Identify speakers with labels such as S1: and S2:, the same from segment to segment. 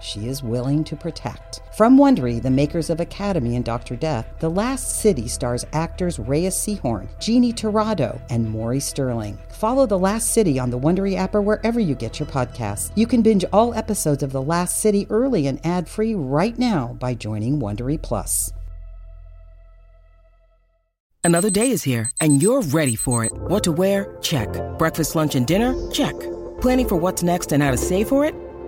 S1: she is willing to protect. From Wondery, the makers of Academy and Dr. Death, The Last City stars actors Reyes Sehorn, Jeannie Torrado, and Maury Sterling. Follow The Last City on the Wondery app or wherever you get your podcasts. You can binge all episodes of The Last City early and ad-free right now by joining Wondery Plus.
S2: Another day is here and you're ready for it. What to wear? Check. Breakfast, lunch, and dinner? Check. Planning for what's next and how to save for it?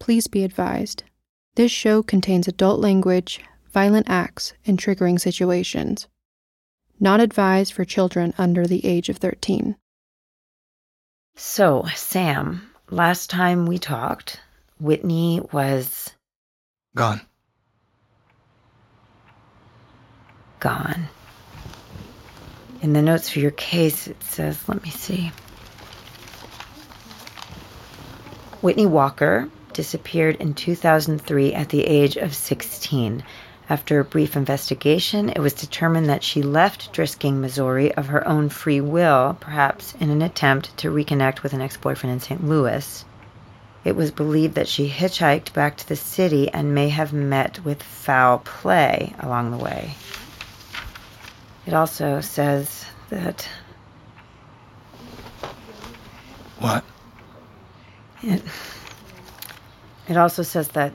S3: Please be advised. This show contains adult language, violent acts, and triggering situations. Not advised for children under the age of 13.
S4: So, Sam, last time we talked, Whitney was
S5: Gone.
S4: gone. In the notes for your case, it says, let me see. Whitney Walker disappeared in 2003 at the age of 16. After a brief investigation, it was determined that she left Drisking, Missouri of her own free will, perhaps in an attempt to reconnect with an ex boyfriend in St. Louis. It was believed that she hitchhiked back to the city and may have met with foul play along the way. It also says that
S5: What?
S4: it, it also says that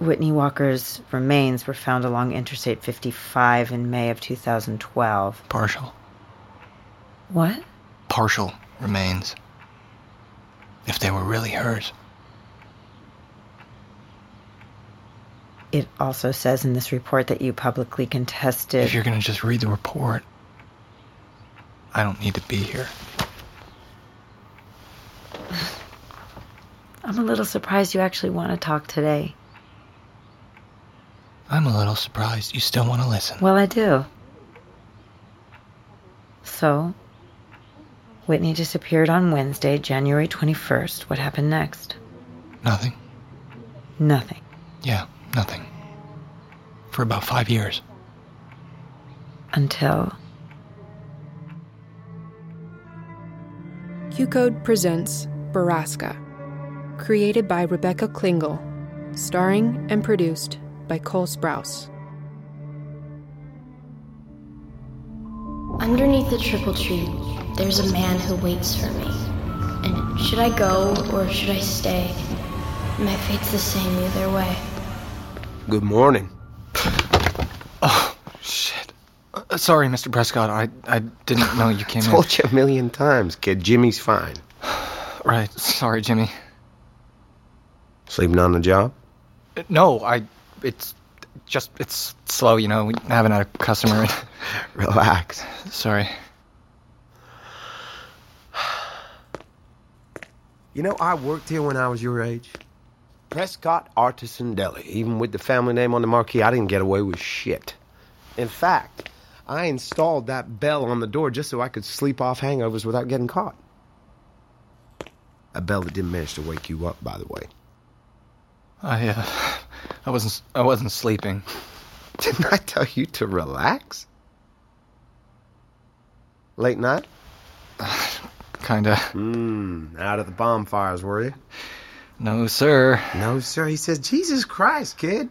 S4: Whitney Walker's remains were found along Interstate 55 in May of 2012.
S5: Partial.
S4: What?
S5: Partial remains. If they were really hers.
S4: It also says in this report that you publicly contested.
S5: If you're gonna just read the report, I don't need to be here.
S4: I'm a little surprised you actually want to talk today.
S5: I'm a little surprised you still wanna listen.
S4: Well, I do. So, Whitney disappeared on Wednesday, January 21st. What happened next?
S5: Nothing.
S4: Nothing.
S5: Yeah, nothing. For about five years.
S4: Until.
S3: Q Code presents Baraska, created by Rebecca Klingel, starring and produced by Cole Sprouse.
S6: Underneath the triple tree, there's a man who waits for me. And should I go or should I stay? My fate's the same either way.
S7: Good morning.
S5: Shit. Uh, sorry, Mr. Prescott. I I didn't know you came in.
S7: Told you a million times, kid. Jimmy's fine.
S5: Right. Sorry, Jimmy.
S7: Sleeping on the job?
S5: Uh, No, I. It's just it's slow. You know, we haven't had a customer. in-
S7: Relax.
S5: sorry.
S7: You know, I worked here when I was your age. Prescott Artisan Deli. Even with the family name on the marquee, I didn't get away with shit. In fact, I installed that bell on the door just so I could sleep off hangovers without getting caught. A bell that didn't manage to wake you up, by the way.
S5: I uh, I wasn't I wasn't sleeping.
S7: Didn't I tell you to relax? Late night?
S5: kinda.
S8: Mmm, out at the bonfires, were you?
S5: No, sir.
S8: No, sir. He says, Jesus Christ, kid.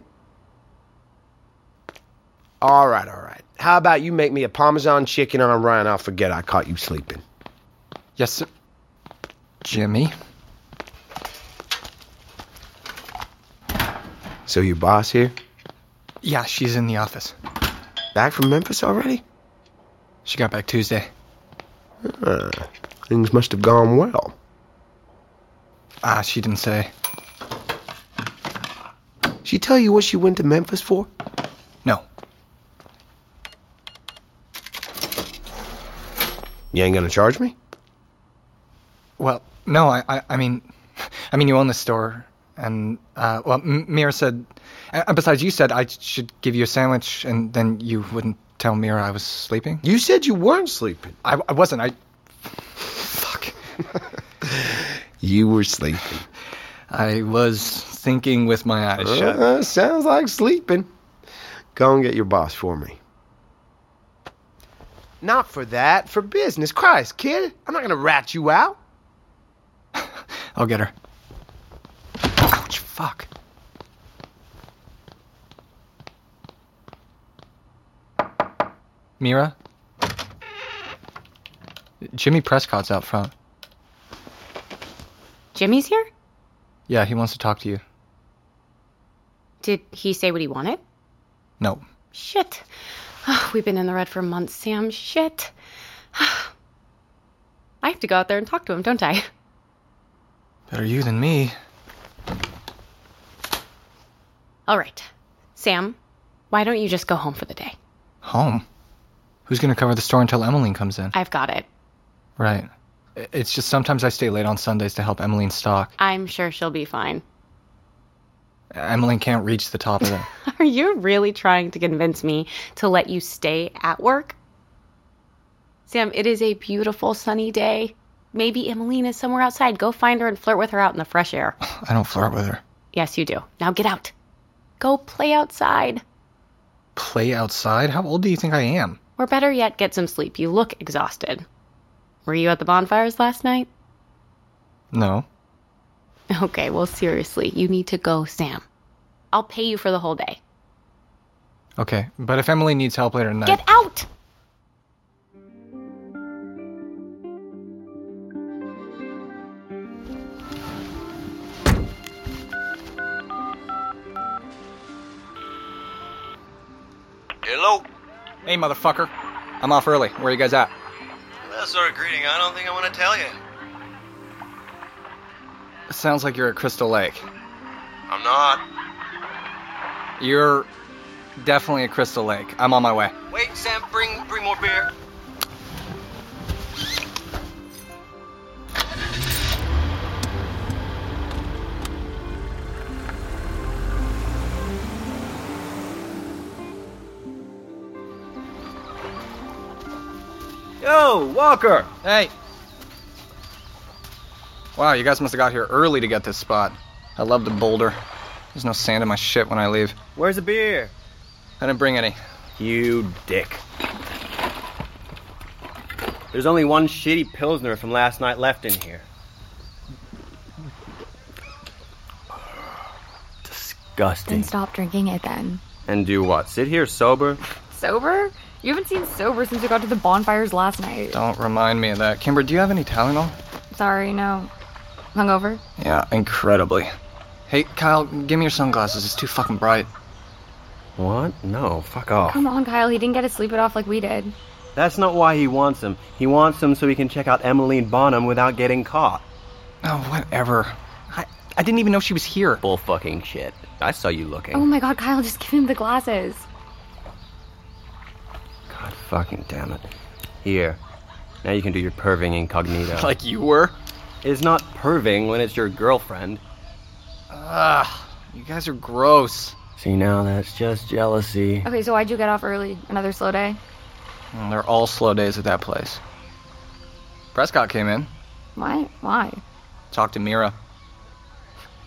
S8: All right, all right. How about you make me a Parmesan chicken on a rye and I'll forget I caught you sleeping?
S5: Yes, sir. Jimmy.
S8: So, your boss here?
S5: Yeah, she's in the office.
S8: Back from Memphis already?
S5: She got back Tuesday.
S8: Uh, things must have gone well.
S5: Ah, she didn't say.
S8: She tell you what she went to Memphis for?
S5: No.
S8: You ain't gonna charge me?
S5: Well, no, I, I, I mean, I mean, you own the store, and uh, well, M- Mira said, and besides, you said I should give you a sandwich, and then you wouldn't tell Mira I was sleeping.
S8: You said you weren't sleeping.
S5: I, I wasn't. I. Fuck.
S8: You were sleeping.
S5: I was thinking with my eyes shut.
S8: Uh, sounds like sleeping. Go and get your boss for me. Not for that, for business. Christ, kid, I'm not gonna rat you out.
S5: I'll get her. Ouch! Fuck. Mira. Jimmy Prescott's out front.
S9: Jimmy's here?
S5: Yeah, he wants to talk to you.
S9: Did he say what he wanted?
S5: No.
S9: Shit. Oh, we've been in the red for months, Sam. Shit. I have to go out there and talk to him, don't I?
S5: Better you than me.
S9: All right. Sam, why don't you just go home for the day?
S5: Home. Who's going to cover the store until Emmeline comes in?
S9: I've got it.
S5: Right. I- It's just sometimes I stay late on Sundays to help Emmeline stock.
S9: I'm sure she'll be fine.
S5: Emmeline can't reach the top of it.
S9: Are you really trying to convince me to let you stay at work? Sam, it is a beautiful sunny day. Maybe Emmeline is somewhere outside. Go find her and flirt with her out in the fresh air.
S5: I don't flirt with her.
S9: Yes, you do. Now get out. Go play outside.
S5: Play outside? How old do you think I am?
S9: Or better yet, get some sleep. You look exhausted. Were you at the bonfires last night?
S5: No.
S9: Okay, well, seriously, you need to go, Sam. I'll pay you for the whole day.
S5: Okay, but if Emily needs help later tonight,
S9: Get out!
S10: Hello?
S5: hey motherfucker, I'm off early. Where you guys at?
S10: That sort of greeting, I don't think I want to tell you.
S5: Sounds like you're at Crystal Lake.
S10: I'm not.
S5: You're definitely at Crystal Lake. I'm on my way.
S10: Wait, Sam, bring bring more beer. Yo, Walker!
S5: Hey. Wow, you guys must have got here early to get this spot. I love the boulder. There's no sand in my shit when I leave.
S10: Where's the beer?
S5: I didn't bring any.
S10: You dick. There's only one shitty Pilsner from last night left in here. Disgusting.
S11: Then stop drinking it then.
S10: And do what? Sit here sober?
S11: Sober? You haven't seen sober since we got to the bonfires last night.
S5: Don't remind me of that. Kimber, do you have any Tylenol?
S11: Sorry, no. Hungover?
S5: Yeah, incredibly. Hey, Kyle, give me your sunglasses. It's too fucking bright.
S10: What? No, fuck off.
S11: Come on, Kyle, he didn't get to sleep it off like we did.
S10: That's not why he wants them. He wants them so he can check out Emmeline Bonham without getting caught.
S5: Oh, whatever. I, I didn't even know she was here.
S10: Bull fucking shit. I saw you looking.
S11: Oh my god, Kyle, just give him the glasses.
S10: God fucking damn it. Here. Now you can do your perving incognito.
S5: Like you were?
S10: it's not perving when it's your girlfriend.
S5: Ugh, you guys are gross.
S10: See, now that's just jealousy.
S11: Okay, so why'd you get off early? Another slow day?
S5: Mm, They're all slow days at that place. Prescott came in,
S11: Why? Why?
S5: talked to Mira.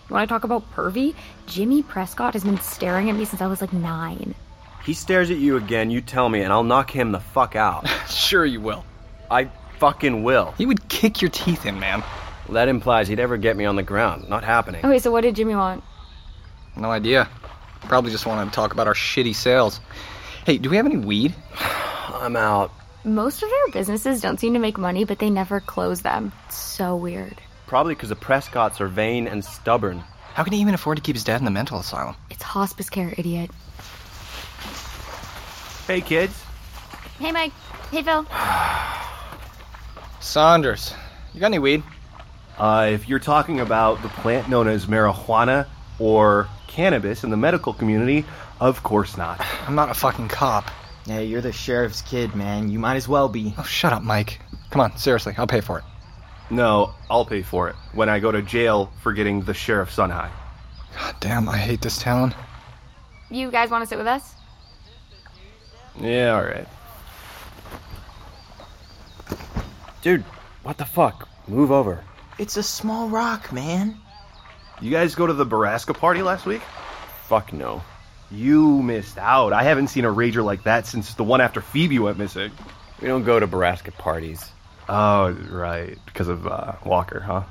S11: You want to talk about pervy? Jimmy Prescott has been staring at me since I was like nine.
S10: He stares at you again, you tell me, and I'll knock him the fuck out.
S5: Sure you will.
S10: I
S12: fucking will.
S5: He would kick your teeth in, man.
S12: That implies he'd ever get me on the ground. Not happening.
S11: Okay, so what did Jimmy want?
S5: No idea. Probably just wanted to talk about our shitty sales. Hey, do we have any weed?
S12: I'm out.
S11: Most of their businesses don't seem to make money, but they never close them. It's so weird.
S12: Probably because the Prescotts are vain and stubborn.
S5: How can he even afford to keep his dad in the mental asylum?
S11: It's hospice care, idiot.
S12: Hey, kids.
S11: Hey, Mike. Hey, Phil.
S5: Saunders, you got any weed?
S12: Uh, if you're talking about the plant known as marijuana or cannabis in the medical community, of course not.
S5: I'm not a fucking cop.
S13: Hey, you're the sheriff's kid, man. You might as well be.
S5: Oh, shut up, Mike. Come on, seriously, I'll pay for it.
S12: No, I'll pay for it when I go to jail for getting the sheriff's on high.
S5: God damn, I hate this town.
S11: You guys want to sit with us?
S12: Yeah, alright. Dude, what the fuck? Move over.
S13: It's a small rock, man.
S12: You guys go to the Baraska party last week? Fuck no. You missed out. I haven't seen a rager like that since the one after Phoebe went missing. We don't go to Baraska parties. Oh, right. Because of uh, Walker, huh?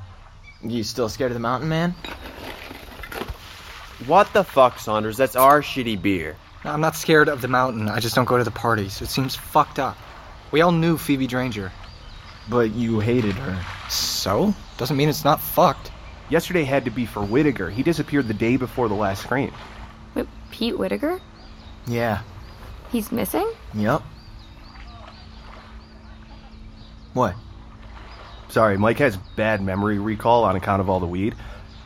S13: You still scared of the mountain, man?
S12: What the fuck, Saunders? That's our shitty beer.
S5: No, I'm not scared of the mountain. I just don't go to the parties. It seems fucked up. We all knew Phoebe Dranger.
S13: But you hated her.
S5: So? Doesn't mean it's not fucked.
S12: Yesterday had to be for Whittaker. He disappeared the day before the last screen.
S11: Wait, Pete Whittaker?
S13: Yeah.
S11: He's missing?
S13: Yep. What?
S12: Sorry, Mike has bad memory recall on account of all the weed.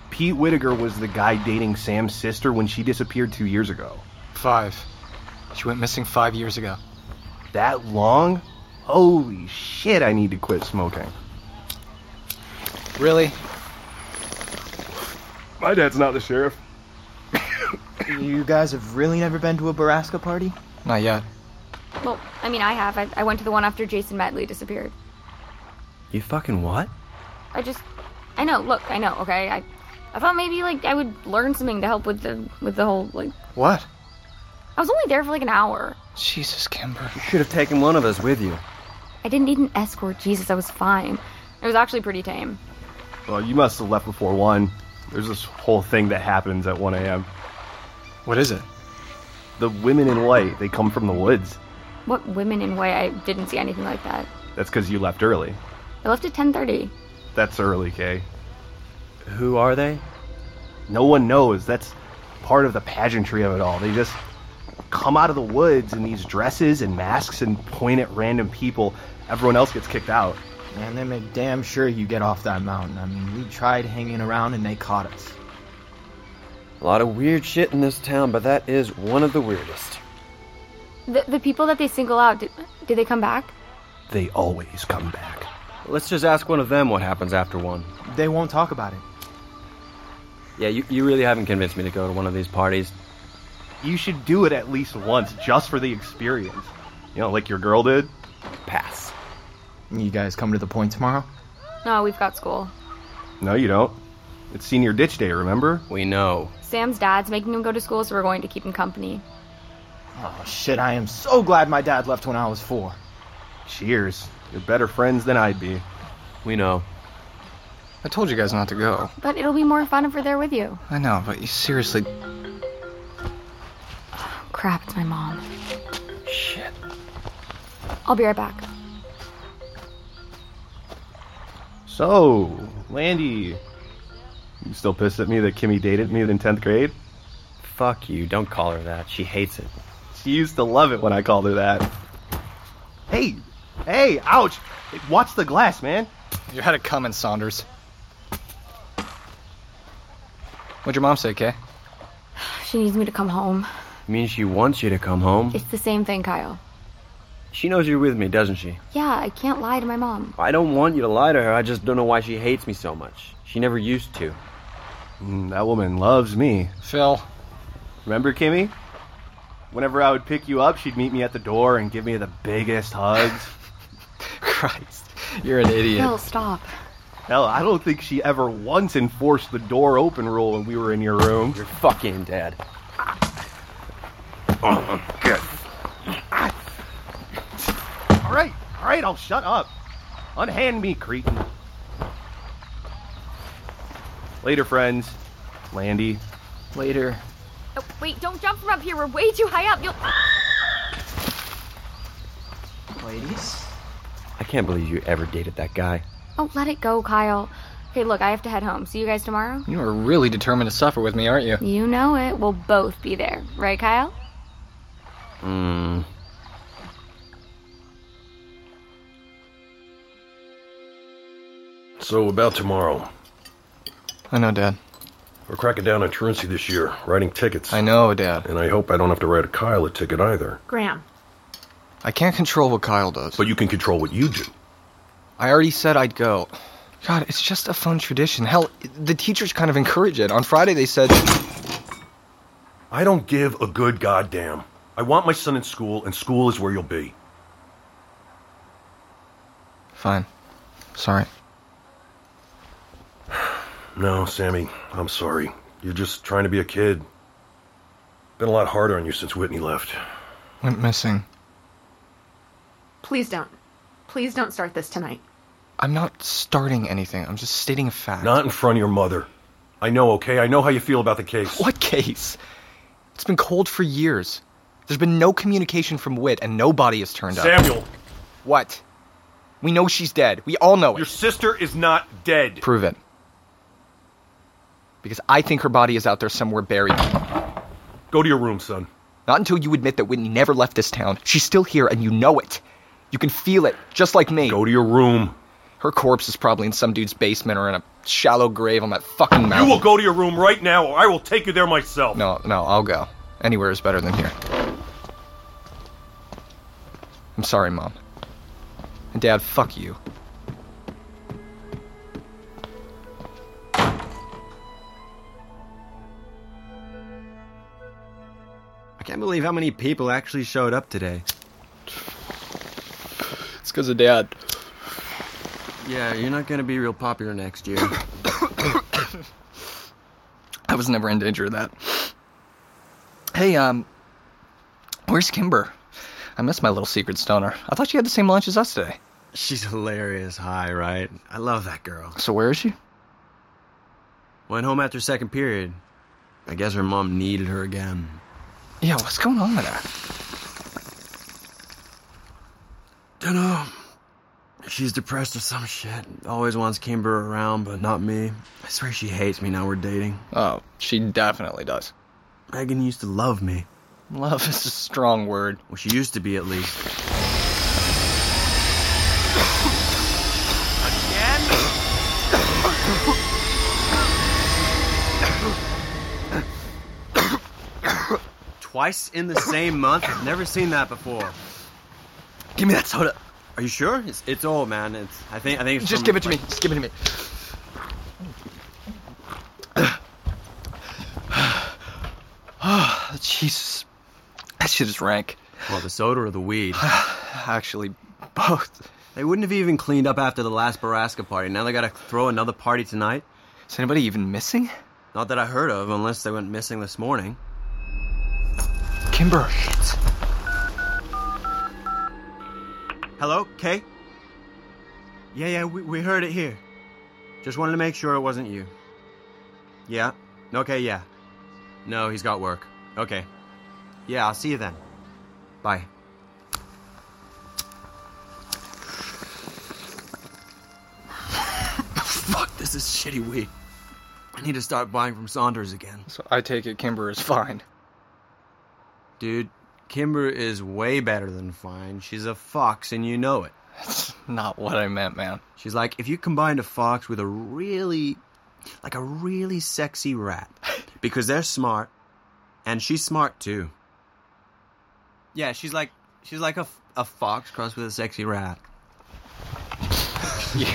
S12: Pete Whittaker was the guy dating Sam's sister when she disappeared two years ago.
S5: Five. She went missing five years ago.
S12: That long? Holy shit, I need to quit smoking.
S5: Really?
S12: My dad's not the sheriff.
S13: you guys have really never been to a Baraska party?
S5: Not yet.
S11: Well, I mean, I have. I, I went to the one after Jason Medley disappeared.
S12: You fucking what?
S11: I just, I know. Look, I know. Okay, I, I thought maybe like I would learn something to help with the with the whole like.
S5: What?
S11: I was only there for like an hour.
S5: Jesus, Kimber.
S12: You should have taken one of us with you.
S11: I didn't need an escort. Jesus, I was fine. It was actually pretty tame.
S12: Well, you must have left before one. There's this whole thing that happens at 1 a.m.
S5: What is it?
S12: The women in white, they come from the woods.
S11: What women in white? I didn't see anything like that.
S12: That's because you left early.
S11: I left at 10:30.
S12: That's early, Kay. Who are they? No one knows. That's part of the pageantry of it all. They just come out of the woods in these dresses and masks and point at random people. Everyone else gets kicked out.
S13: And they make damn sure you get off that mountain. I mean, we tried hanging around and they caught us.
S12: A lot of weird shit in this town, but that is one of the weirdest.
S11: The the people that they single out, did, did they come back?
S12: They always come back. Let's just ask one of them what happens after one.
S13: They won't talk about it.
S12: Yeah, you, you really haven't convinced me to go to one of these parties. You should do it at least once, just for the experience. You know, like your girl did? Pass.
S13: You guys come to the point tomorrow?
S11: No, we've got school.
S12: No, you don't. It's senior ditch day, remember? We know.
S11: Sam's dad's making him go to school, so we're going to keep him company.
S13: Oh shit, I am so glad my dad left when I was four.
S12: Cheers. You're better friends than I'd be. We know.
S5: I told you guys not to go.
S11: But it'll be more fun if we're there with you.
S5: I know, but you seriously.
S11: Crap, it's my mom.
S5: Shit.
S11: I'll be right back.
S12: So, Landy, you still pissed at me that Kimmy dated me in 10th grade? Fuck you, don't call her that. She hates it. She used to love it when I called her that. Hey, hey, ouch! Watch the glass, man.
S5: You had it coming, Saunders. What'd your mom say, Kay?
S11: She needs me to come home.
S12: means she wants you to come home.
S11: It's the same thing, Kyle.
S12: She knows you're with me, doesn't she?
S11: Yeah, I can't lie to my mom.
S12: I don't want you to lie to her. I just don't know why she hates me so much. She never used to. that woman loves me.
S5: Phil.
S12: Remember, Kimmy? Whenever I would pick you up, she'd meet me at the door and give me the biggest hugs.
S5: Christ, you're an idiot.
S11: Phil, stop.
S12: Hell, I don't think she ever once enforced the door open rule when we were in your room. You're fucking dead. Oh, good. All right, all right, I'll shut up. Unhand me, cretin. Later, friends. Landy.
S14: Later.
S15: Oh, wait, don't jump from up here. We're way too high up. You'll.
S14: Ladies?
S10: I can't believe you ever dated that guy.
S15: Oh, let it go, Kyle. Okay, look, I have to head home. See you guys tomorrow.
S5: You are really determined to suffer with me, aren't you?
S15: You know it. We'll both be there. Right, Kyle?
S10: Mm.
S16: So, about tomorrow.
S5: I know, Dad.
S16: We're cracking down on truancy this year, writing tickets. I
S5: know, Dad.
S16: And I hope I don't have to write a Kyle a ticket either.
S9: Graham.
S5: I can't control what Kyle does.
S16: But you can control what you do.
S5: I already said I'd go. God, it's just a fun tradition. Hell, the teachers kind of encourage it. On Friday, they said.
S16: I don't give a good goddamn. I want my son in school, and school is where you'll be.
S5: Fine. Sorry.
S16: No, Sammy, I'm sorry. You're just trying to be a kid. Been a lot harder on you since Whitney left.
S5: Went missing.
S11: Please don't. Please don't start this tonight.
S5: I'm not starting anything. I'm just stating a fact.
S16: Not in front of your mother. I know, okay? I know how you feel about the case.
S5: What case? It's been cold for years. There's been no communication from Wit, and nobody has turned up.
S16: Samuel!
S5: What? We know she's dead. We all know it.
S16: Your sister is not dead.
S5: Prove it. Because I think her body is out there somewhere buried.
S16: Go to your room, son.
S5: Not until you admit that Whitney never left this town. She's still here, and you know it. You can feel it, just like me.
S16: Go to your room.
S5: Her corpse is probably in some dude's basement or in a shallow grave on that fucking mountain.
S16: You will go to your room right now, or I will take you there myself.
S5: No, no, I'll go. Anywhere is better than here. I'm sorry, Mom. And Dad, fuck you.
S10: I can't believe how many people actually showed up today.
S5: It's because of Dad.
S10: Yeah, you're not gonna be real popular next year.
S5: I was never in danger of that. Hey, um, where's Kimber? I miss my little secret stoner. I thought she had the same lunch as us today.
S10: She's hilarious high, right? I love that girl.
S5: So where is she?
S10: Went home after second period. I guess her mom needed her again.
S5: Yeah, what's going on with her?
S10: Dunno. She's depressed or some shit. Always wants Kimber around, but not me. I swear she hates me now we're dating.
S5: Oh, she definitely does.
S10: Megan used to love me.
S5: Love is a strong word.
S10: Well, she used to be at least. Twice in the same month? I've never seen that before.
S5: Give me that soda.
S10: Are you sure? It's, it's old, man. It's I think I think it's
S5: Just give
S10: from,
S5: it to
S10: like-
S5: me. Just give it to me. Oh, Jesus. That shit is rank.
S10: Well, the soda or the weed?
S5: Actually, both.
S10: They wouldn't have even cleaned up after the last Baraska party. Now they gotta throw another party tonight.
S5: Is anybody even missing?
S10: Not that I heard of, unless they went missing this morning.
S5: Kimber.
S10: Hello, Kay? Yeah, yeah, we, we heard it here. Just wanted to make sure it wasn't you. Yeah? Okay, yeah. No, he's got work. Okay. Yeah, I'll see you then. Bye. Fuck, this is shitty weed. I need to start buying from Saunders again.
S5: So I take it Kimber is fine.
S10: Dude, Kimber is way better than fine. She's a fox, and you know it.
S5: That's not what I meant, man.
S10: She's like, if you combined a fox with a really, like a really sexy rat, because they're smart, and she's smart too. Yeah, she's like, she's like a, f- a fox crossed with a sexy rat.
S5: You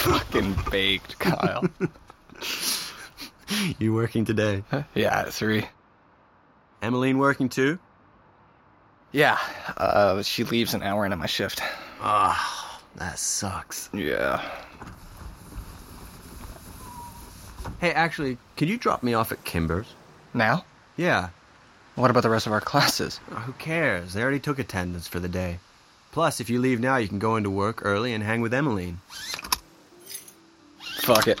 S5: fucking baked, Kyle.
S10: you working today?
S5: yeah, three.
S10: Emmeline working too?
S5: Yeah, uh, she leaves an hour into my shift.
S10: Ah, that sucks.
S5: Yeah.
S10: Hey, actually, could you drop me off at Kimber's?
S5: Now?
S10: Yeah. Uh,
S5: What about the rest of our classes?
S10: Who cares? They already took attendance for the day. Plus, if you leave now, you can go into work early and hang with Emmeline. Fuck it.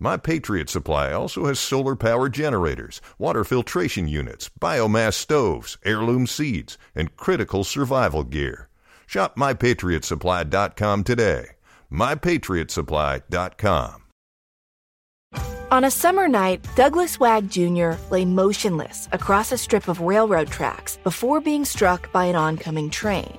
S17: My Patriot Supply also has solar power generators, water filtration units, biomass stoves, heirloom seeds, and critical survival gear. Shop mypatriotsupply.com today. mypatriotsupply.com.
S18: On a summer night, Douglas Wag Jr. lay motionless across a strip of railroad tracks before being struck by an oncoming train.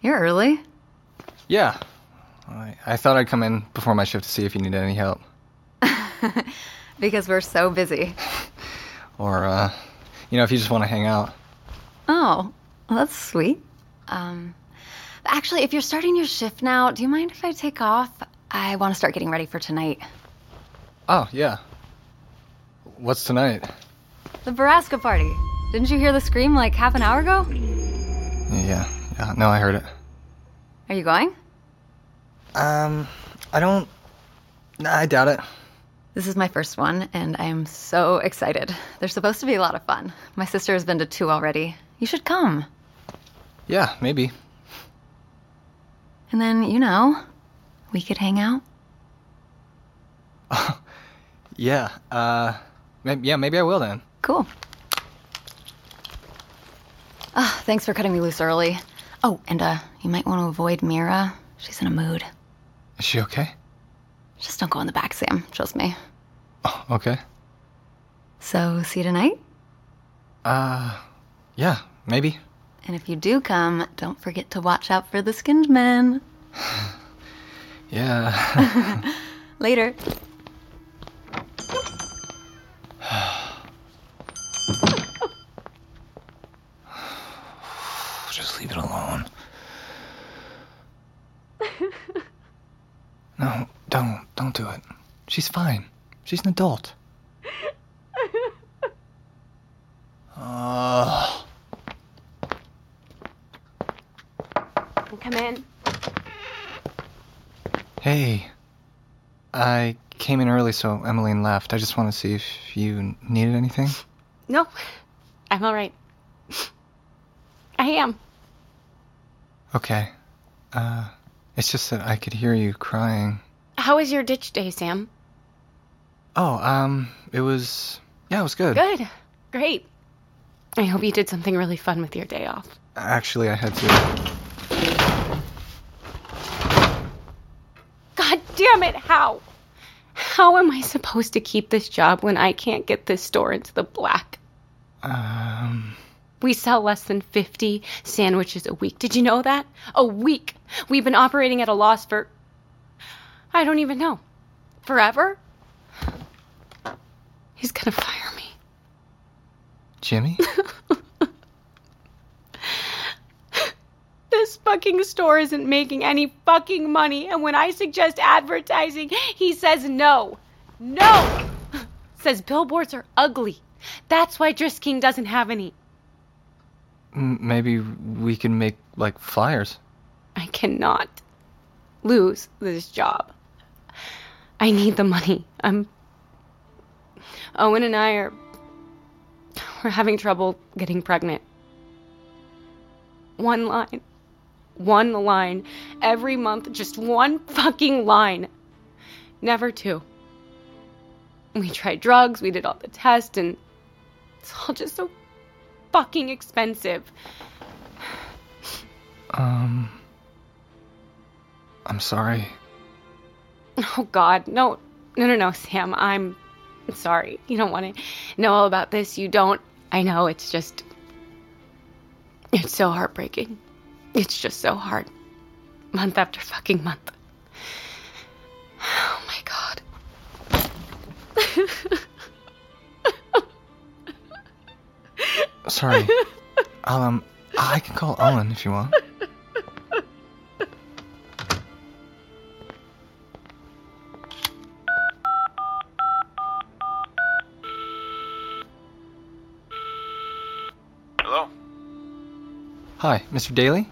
S15: You're early.
S5: Yeah. I, I thought I'd come in before my shift to see if you needed any help.
S15: Because we're so busy.
S5: Or, uh, you know, if you just want to hang out.
S15: Oh, well, that's sweet. Um, actually, if you're starting your shift now, do you mind if I take off? I want to start getting ready for tonight.
S5: Oh, yeah. What's tonight?
S15: The Baraska party. Didn't you hear the scream like half an hour ago?
S5: Yeah. yeah no, I heard it.
S15: Are you going?
S5: Um, I don't. Nah, I doubt it.
S15: This is my first one, and I am so excited. They're supposed to be a lot of fun. My sister has been to two already. You should come.
S5: Yeah, maybe.
S15: And then, you know, we could hang out.
S5: Yeah. Uh, may- yeah, maybe I will then.
S15: Cool. Ah, thanks for cutting me loose early. Oh, and uh, you might want to avoid Mira. She's in a mood.
S5: Is she okay?
S15: Just don't go in the back, Sam. Trust me.
S5: Okay.
S15: So, see you tonight?
S5: Uh, yeah, maybe.
S15: And if you do come, don't forget to watch out for the skinned men.
S5: Yeah.
S15: Later.
S5: just leave it alone. no, don't. Don't do it. She's fine. She's an adult.
S14: Ugh.
S9: Come in.
S5: Hey. I came in early, so Emmeline left. I just want to see if you needed anything.
S9: No, I'm all right. I am.
S5: Okay. Uh, it's just that I could hear you crying.
S9: How was your ditch day, Sam?
S5: Oh, um, it was. Yeah, it was good.
S9: Good. Great. I hope you did something really fun with your day off.
S5: Actually, I had to.
S9: God damn it, how? How am I supposed to keep this job when I can't get this store into the black?
S5: Um.
S9: We sell less than 50 sandwiches a week. Did you know that? A week. We've been operating at a loss for. I don't even know. Forever? He's gonna fire me.
S5: Jimmy?
S9: This fucking store isn't making any fucking money, and when I suggest advertising, he says no. No! Says billboards are ugly. That's why Drisking doesn't have any.
S5: M- maybe we can make, like, flyers.
S9: I cannot lose this job. I need the money. I'm. Owen and I are. We're having trouble getting pregnant. One line. One line. Every month, just one fucking line. Never two. We tried drugs, we did all the tests, and it's all just so fucking expensive.
S5: Um. I'm sorry.
S9: Oh God, no, no, no, no, Sam. I'm sorry. You don't want to know all about this. You don't. I know. It's just. It's so heartbreaking. It's just so hard. Month after fucking month. Oh my God.
S5: Sorry. I'll, um, I can call Owen if you want.
S19: Hello?
S5: Hi, Mr. Daly?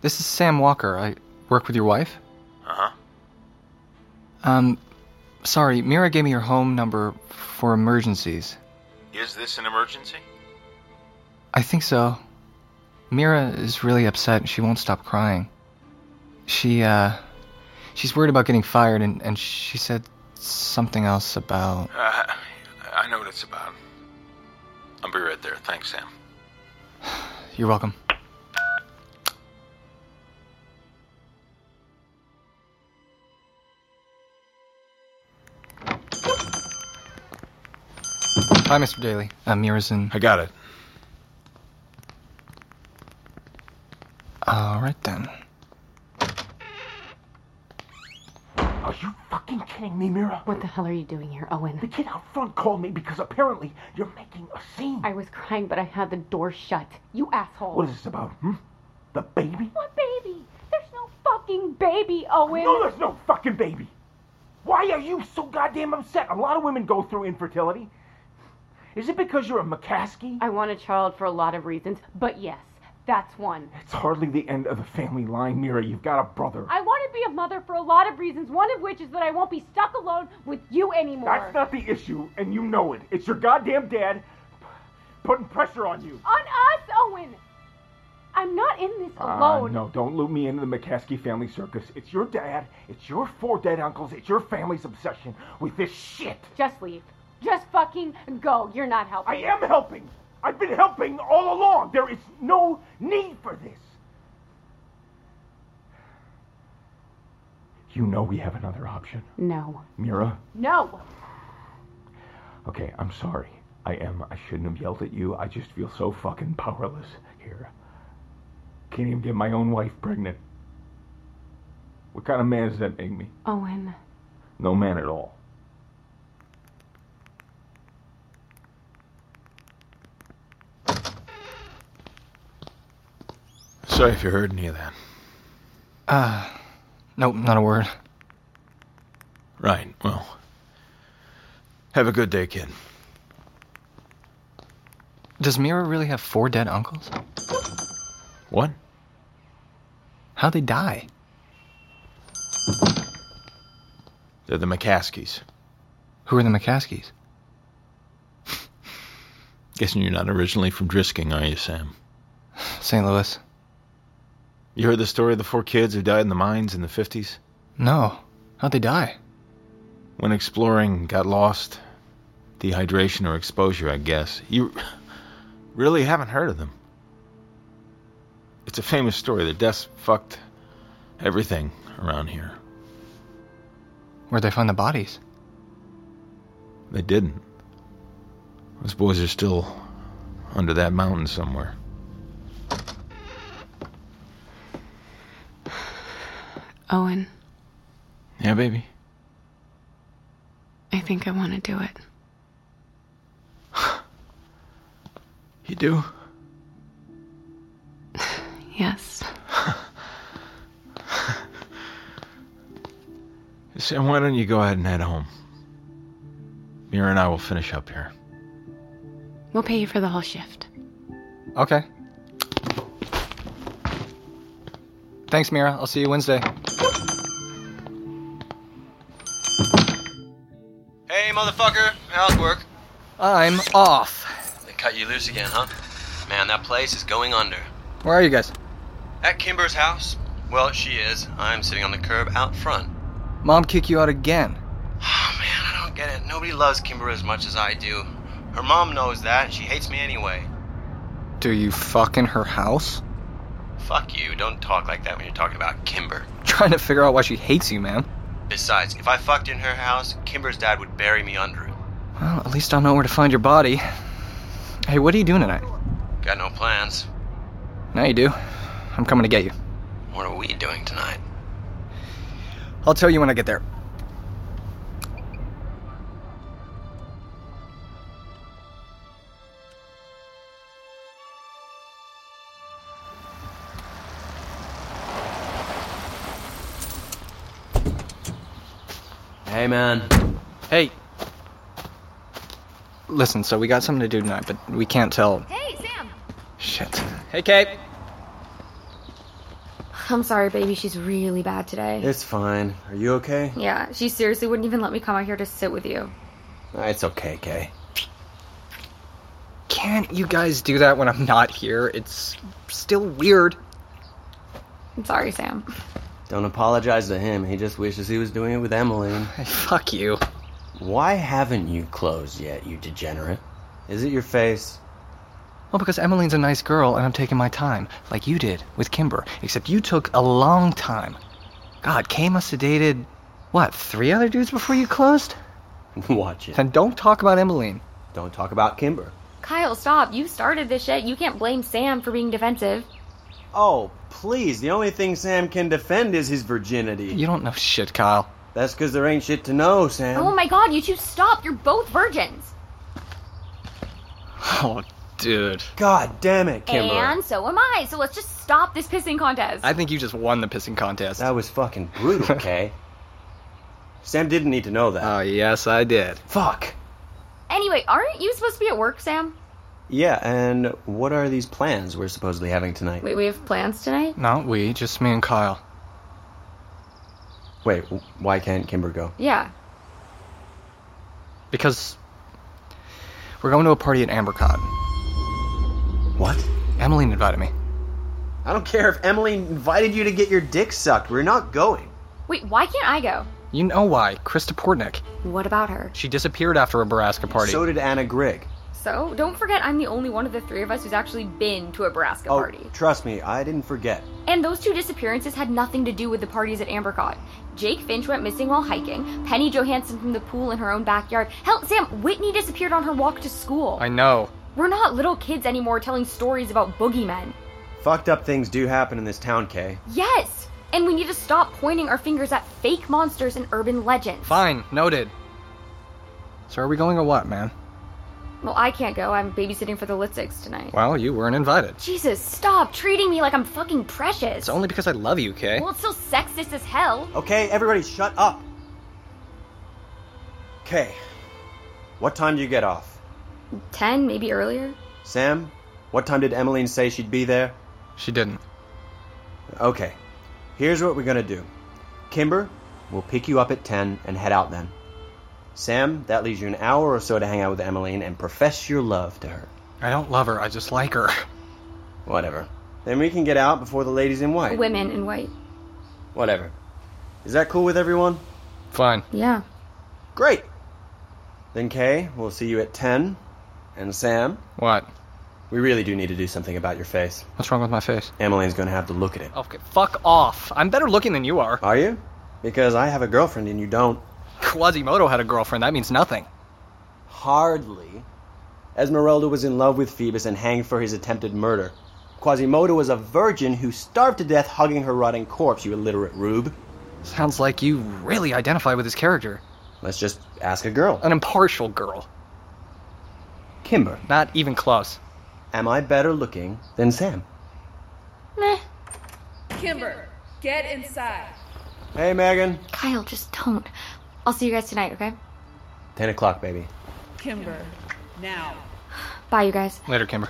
S5: This is Sam Walker. I work with your wife.
S19: Uh huh.
S5: Um, sorry, Mira gave me your home number for emergencies.
S19: Is this an emergency?
S5: I think so. Mira is really upset and she won't stop crying. She, uh, she's worried about getting fired and, and she said something else about.
S19: Uh, I know what it's about. I'll be right there. Thanks, Sam.
S5: You're welcome. Hi, Mr. Daly. Uh, Mira's in.
S19: I got it.
S5: All right then.
S13: Are you fucking kidding me, Mira?
S9: What the hell are you doing here, Owen?
S13: The kid out front called me because apparently you're making a scene.
S9: I was crying, but I had the door shut. You asshole.
S13: What is this about, hmm? The baby?
S9: What baby? There's no fucking baby, Owen.
S13: No, there's no fucking baby. Why are you so goddamn upset? A lot of women go through infertility. Is it because you're a McCaskey?
S9: I want a child for a lot of reasons, but yes, that's one.
S13: It's hardly the end of the family line, Mira. You've got a brother.
S9: I want to be a mother for a lot of reasons, one of which is that I won't be stuck alone with you anymore.
S13: That's not the issue, and you know it. It's your goddamn dad putting pressure on you.
S9: On us, Owen! I'm not in this
S13: Ah,
S9: alone.
S13: no, don't loop me into the McCaskey family circus. It's your dad, it's your four dead uncles, it's your family's obsession with this shit.
S9: Just leave. Just fucking go. You're not helping.
S13: I am helping. I've been helping all along. There is no need for this. You know we have another option.
S9: No.
S13: Mira,
S9: No.
S13: okay, I'm sorry. I am. I shouldn't have yelled at you. I just feel so fucking powerless here. Can't even get my own wife pregnant. What kind of man does that make me?
S9: Owen.
S13: No man at all.
S19: Sorry if you heard any of that.
S5: Uh, nope, not a word.
S19: Right, well. Have a good day, kid.
S5: Does Mira really have four dead uncles? What? How'd they die?
S19: They're the McCaskies.
S5: Who are the McCaskies?
S20: Guessing you're not originally from Drisking, are you, Sam?
S5: St. Louis.
S19: You heard the story of the four kids who died in the mines in the 50s?
S5: No. How'd they die?
S19: When exploring, got lost. Dehydration or exposure, I guess. You really haven't heard of them. It's a famous story. Their deaths fucked everything around here.
S5: Where'd they find the bodies?
S19: They didn't. Those boys are still under that mountain somewhere.
S9: Owen,
S19: Yeah, baby.
S9: I think I want to do it.
S19: You do?
S9: Yes.
S19: Sam, why don't you go ahead and head home? Mira and I will finish up here.
S9: We'll pay you for the whole shift.
S5: Okay. Thanks, Mira. I'll see you Wednesday.
S10: Hey, motherfucker! How's work?
S5: I'm off.
S10: They cut you loose again, huh? Man, that place is going under.
S5: Where are you guys?
S10: At Kimber's house? Well, she is. I'm sitting on the curb out front.
S5: Mom kick you out again.
S10: I don't get it. Nobody loves Kimber as much as I do. Her mom knows that. She hates me anyway.
S5: Do you fuck in her house?
S10: Fuck you. Don't talk like that when you're talking about Kimber.
S5: Trying to figure out why she hates you, man.
S10: Besides, if I fucked in her house, Kimber's dad would bury me under it.
S5: Well, at least I'll know where to find your body. Hey, what are you doing tonight?
S10: Got no plans.
S5: Now you do. I'm coming to get you.
S10: What are we doing tonight?
S5: I'll tell you when I get there.
S10: Hey, man.
S5: Hey. Listen, so we got something to do tonight, but we can't tell.
S11: Hey, Sam!
S5: Shit. Hey, Kate.
S11: I'm sorry, baby. She's really bad today.
S10: It's fine. Are you okay?
S11: Yeah, she seriously wouldn't even let me come out here to sit with you.
S10: It's okay, Kay.
S5: Can't you guys do that when I'm not here? It's still weird.
S11: I'm sorry, Sam.
S10: Don't apologize to him. He just wishes he was doing it with Emily.
S5: Fuck you.
S10: Why haven't you closed yet, you degenerate? Is it your face?
S5: Well, because Emmeline's a nice girl and I'm taking my time, like you did with Kimber, except you took a long time. God, Kay must have dated, what, three other dudes before you closed?
S10: Watch it.
S5: And don't talk about Emmeline.
S10: Don't talk about Kimber.
S11: Kyle, stop. You started this shit. You can't blame Sam for being defensive.
S10: Oh, please. The only thing Sam can defend is his virginity. You
S5: don't know shit, Kyle.
S10: That's because there ain't shit to know, Sam.
S11: Oh my god, you two stop. You're both virgins.
S5: Oh, dude.
S10: God damn it,
S5: Kimber.
S11: And so am I. So let's just stop this pissing contest.
S5: I think you just won the pissing contest.
S10: That was fucking brutal, Kay. Sam didn't need to know that.
S5: Oh, yes, I did.
S10: Fuck.
S11: Anyway, aren't you supposed to be at work, Sam?
S10: Yeah, and what are these plans we're supposedly having tonight?
S11: Wait, we have plans tonight?
S5: Not we, just me and Kyle.
S10: Wait, w- why can't Kimber go?
S11: Yeah.
S5: Because we're going to a party at AmberCon.
S10: What?
S5: Emmeline invited me.
S10: I don't care if Emily invited you to get your dick sucked. We're not going.
S11: Wait, why can't I go?
S5: You know why? Krista Portnick.
S11: What about her?
S5: She disappeared after a Baraska party.
S10: So did Anna Grigg.
S11: So, don't forget I'm the only one of the three of us who's actually been to a Baraska
S10: Oh,
S11: party.
S10: trust me, I didn't forget.
S11: And those two disappearances had nothing to do with the parties at Ambercott. Jake Finch went missing while hiking, Penny Johansson from the pool in her own backyard. Hell, Sam, Whitney disappeared on her walk to school.
S5: I know.
S11: We're not little kids anymore telling stories about boogeymen.
S10: Fucked up things do happen in this town, Kay.
S11: Yes! And we need to stop pointing our fingers at fake monsters and urban legends.
S5: Fine, noted. So are we going or what, man?
S11: Well, I can't go. I'm babysitting for the Litzigs tonight.
S5: Well, you weren't invited.
S11: Jesus, stop treating me like I'm fucking precious.
S5: It's only because I love you, Kay.
S11: Well, it's still sexist as hell.
S10: Okay, everybody shut up. Kay, what time do you get off?
S11: Ten, maybe earlier?
S10: Sam, what time did Emmeline say she'd be there?
S5: She didn't.
S10: Okay. Here's what we're gonna do. Kimber, we'll pick you up at 10 and head out then. Sam, that leaves you an hour or so to hang out with Emmeline and profess your love to her.
S5: I don't love her, I just like her.
S10: Whatever. Then we can get out before the ladies in white.
S11: Women in white.
S10: Whatever. Is that cool with everyone?
S5: Fine.
S11: Yeah.
S10: Great! Then, Kay, we'll see you at 10. And Sam?
S5: What?
S10: We really do need to do something about your face.
S5: What's wrong with my face?
S10: Emmeline's gonna have to look at it.
S5: Okay, fuck off. I'm better looking than you are.
S10: Are you? Because I have a girlfriend and you don't.
S5: Quasimodo had a girlfriend. That means nothing.
S10: Hardly. Esmeralda was in love with Phoebus and hanged for his attempted murder. Quasimodo was a virgin who starved to death hugging her rotting corpse, you illiterate rube.
S5: Sounds like you really identify with his character.
S10: Let's just ask a girl.
S5: An impartial girl.
S10: Kimber.
S5: Not even close.
S10: Am I better looking than Sam?
S6: Meh.
S21: Kimber, get inside.
S10: Hey, Megan.
S11: Kyle, just don't. I'll see you guys tonight, okay?
S10: 10 o'clock, baby.
S21: Kimber, now.
S11: Bye, you guys.
S5: Later, Kimber.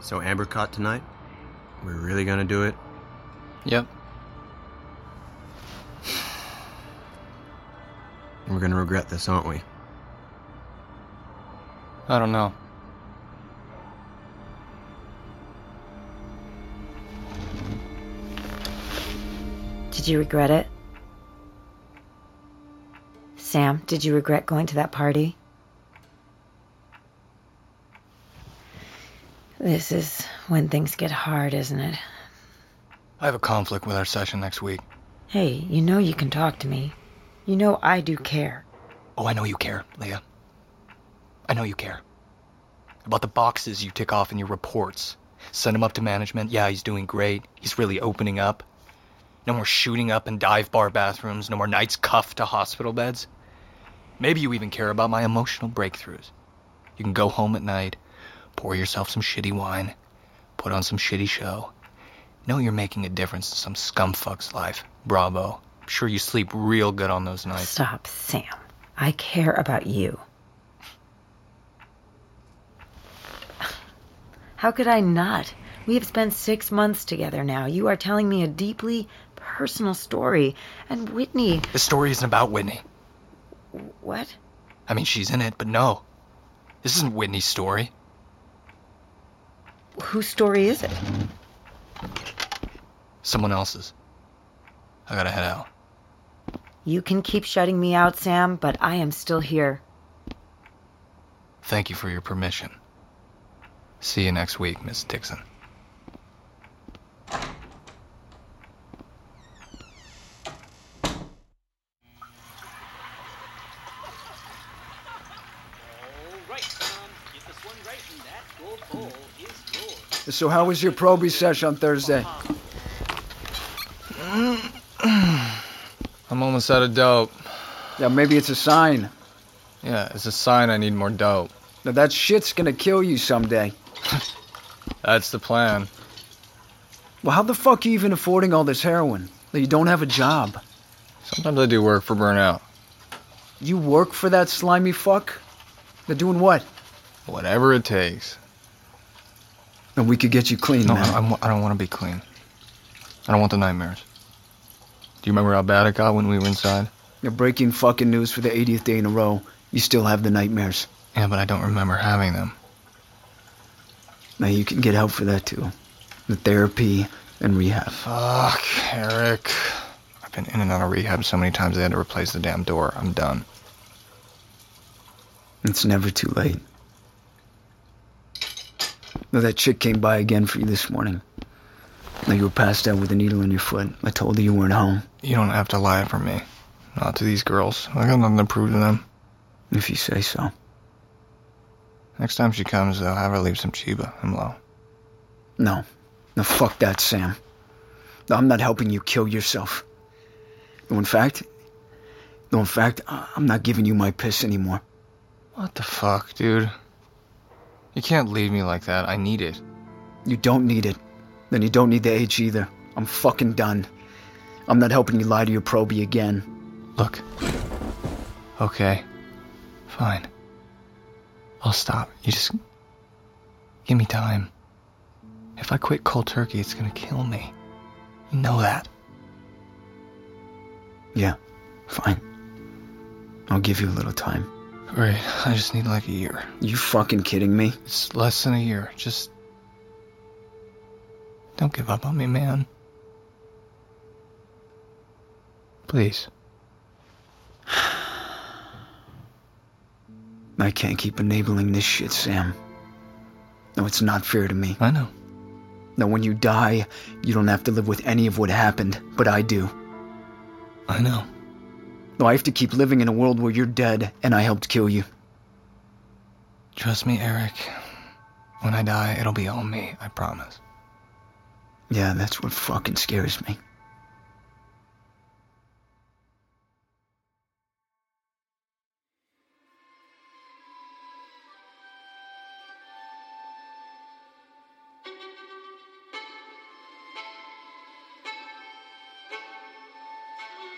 S10: So, Ambercott tonight? We're really gonna do it?
S5: Yep.
S10: We're gonna regret this, aren't we?
S5: I don't know.
S4: Did you regret it? Sam, did you regret going to that party? This is when things get hard, isn't it?
S5: I have a conflict with our session next week.
S4: Hey, you know you can talk to me. You know I do care.
S5: Oh, I know you care, Leah. I know you care. About the boxes you tick off in your reports. Send him up to management. Yeah, he's doing great. He's really opening up. No more shooting up in dive bar bathrooms. No more nights cuffed to hospital beds. Maybe you even care about my emotional breakthroughs. You can go home at night, pour yourself some shitty wine, put on some shitty show. Know you're making a difference in some scumfuck's life. Bravo. I'm sure you sleep real good on those nights.
S4: Stop, Sam. I care about you. How could I not? We have spent six months together now. You are telling me a deeply personal story. And Whitney.
S5: The story isn't about Whitney.
S4: What?
S5: I mean, she's in it, but no. This isn't Whitney's story.
S4: Whose story is it?
S5: Someone else's. I gotta head out.
S4: You can keep shutting me out, Sam, but I am still here.
S5: Thank you for your permission. See you next week, Miss Dixon.
S22: So, how was your probie sesh on Thursday?
S5: I'm almost out of dope.
S22: Yeah, maybe it's a sign.
S5: Yeah, it's a sign I need more dope.
S22: Now, that shit's gonna kill you someday.
S5: That's the plan.
S22: Well, how the fuck are you even affording all this heroin? Like, You don't have a job.
S5: Sometimes I do work for burnout.
S22: You work for that slimy fuck? They're doing what?
S5: Whatever it takes.
S22: And we could get you clean,
S5: No,
S22: man.
S5: I, I'm, I don't want to be clean. I don't want the nightmares. Do you remember how bad it got when we were inside?
S22: You're breaking fucking news for the 80th day in a row. You still have the nightmares.
S5: Yeah, but I don't remember having them.
S22: Now, you can get help for that, too. With therapy and rehab.
S5: Fuck, Eric. I've been in and out of rehab so many times they had to replace the damn door. I'm done.
S22: It's never too late. No, that chick came by again for you this morning. Now you were passed out with a needle in your foot. I told her you weren't home.
S5: You don't have to lie for me. Not to these girls. I got nothing to prove to them.
S22: If you say so.
S5: Next time she comes, though, have her leave some Chiba. I'm low.
S22: No. No, fuck that, Sam. No, I'm not helping you kill yourself. No, in fact, no, in fact, I- I'm not giving you my piss anymore.
S5: What the fuck, dude? You can't leave me like that. I need it.
S22: You don't need it. Then you don't need the H either. I'm fucking done. I'm not helping you lie to your probie again.
S5: Look. Okay. Fine. I'll stop. Uh, You just. Give me time. If I quit cold turkey, it's gonna kill me. You know that.
S22: Yeah, fine. I'll give you a little time.
S5: Right. I just need like a year.
S22: You fucking kidding me?
S5: It's less than a year. Just. Don't give up on me, man. Please.
S22: I can't keep enabling this shit, Sam. No, it's not fair to me.
S5: I know.
S22: No, when you die, you don't have to live with any of what happened, but I do.
S5: I know.
S22: No, I have to keep living in a world where you're dead and I helped kill you.
S5: Trust me, Eric. When I die, it'll be all me, I promise.
S22: Yeah, that's what fucking scares me.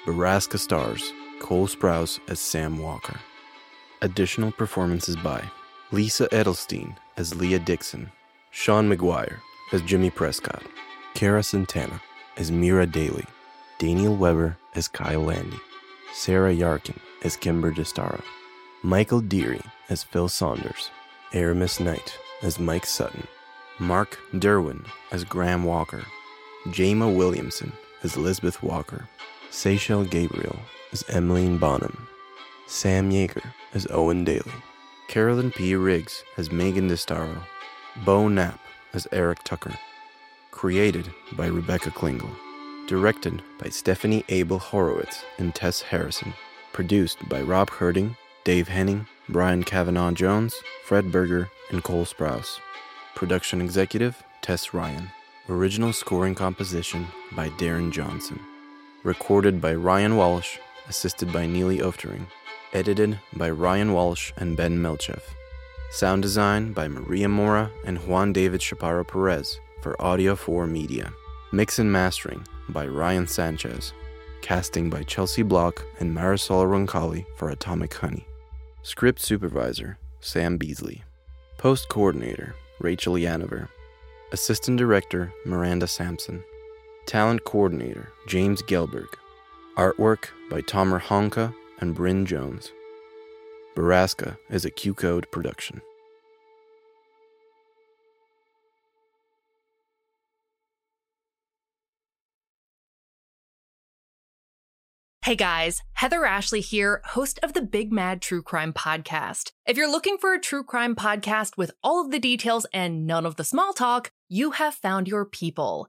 S3: Baraska stars Cole Sprouse as Sam Walker. Additional performances by Lisa Edelstein as Leah Dixon, Sean McGuire as Jimmy Prescott, Kara Santana as Mira Daly, Daniel Weber as Kyle Landy, Sarah Yarkin as Kimber Destara, Michael Deary as Phil Saunders, Aramis Knight as Mike Sutton, Mark Derwin as Graham Walker, Jama Williamson as Lisbeth Walker, Seychelle Gabriel as Emmeline Bonham, Sam Yeager as Owen Daly, Carolyn P. Riggs as Megan Destaro, Bo Knapp as Eric Tucker. Created by Rebecca Klingel. Directed by Stephanie Abel Horowitz and Tess Harrison. Produced by Rob Herding, Dave Henning, Brian Kavanaugh Jones, Fred Berger, and Cole Sprouse. Production executive Tess Ryan. Original scoring composition by Darren Johnson recorded by Ryan Walsh, assisted by Neely Oftering, edited by Ryan Walsh and Ben Melchev. Sound design by Maria Mora and Juan David Chaparro Perez for Audio 4 Media. Mix and mastering by Ryan Sanchez. Casting by Chelsea Block and Marisol Roncalli for Atomic Honey. Script supervisor Sam Beasley. Post coordinator Rachel Yanover. Assistant director Miranda Sampson. Talent Coordinator James Gelberg. Artwork by Tomer Honka and Bryn Jones. Baraska is a Q Code production.
S7: Hey guys, Heather Ashley here, host of the Big Mad True Crime Podcast. If you're looking for a true crime podcast with all of the details and none of the small talk, you have found your people.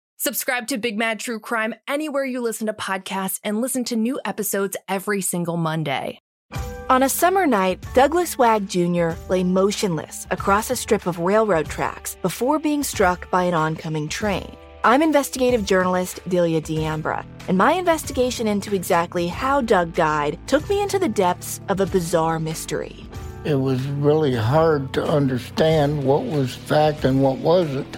S7: Subscribe to Big Mad True Crime anywhere you listen to podcasts and listen to new episodes every single Monday.
S18: On a summer night, Douglas Wag Jr. lay motionless across a strip of railroad tracks before being struck by an oncoming train. I'm investigative journalist Delia D'Ambra, and my investigation into exactly how Doug died took me into the depths of a bizarre mystery.
S23: It was really hard to understand what was fact and what wasn't.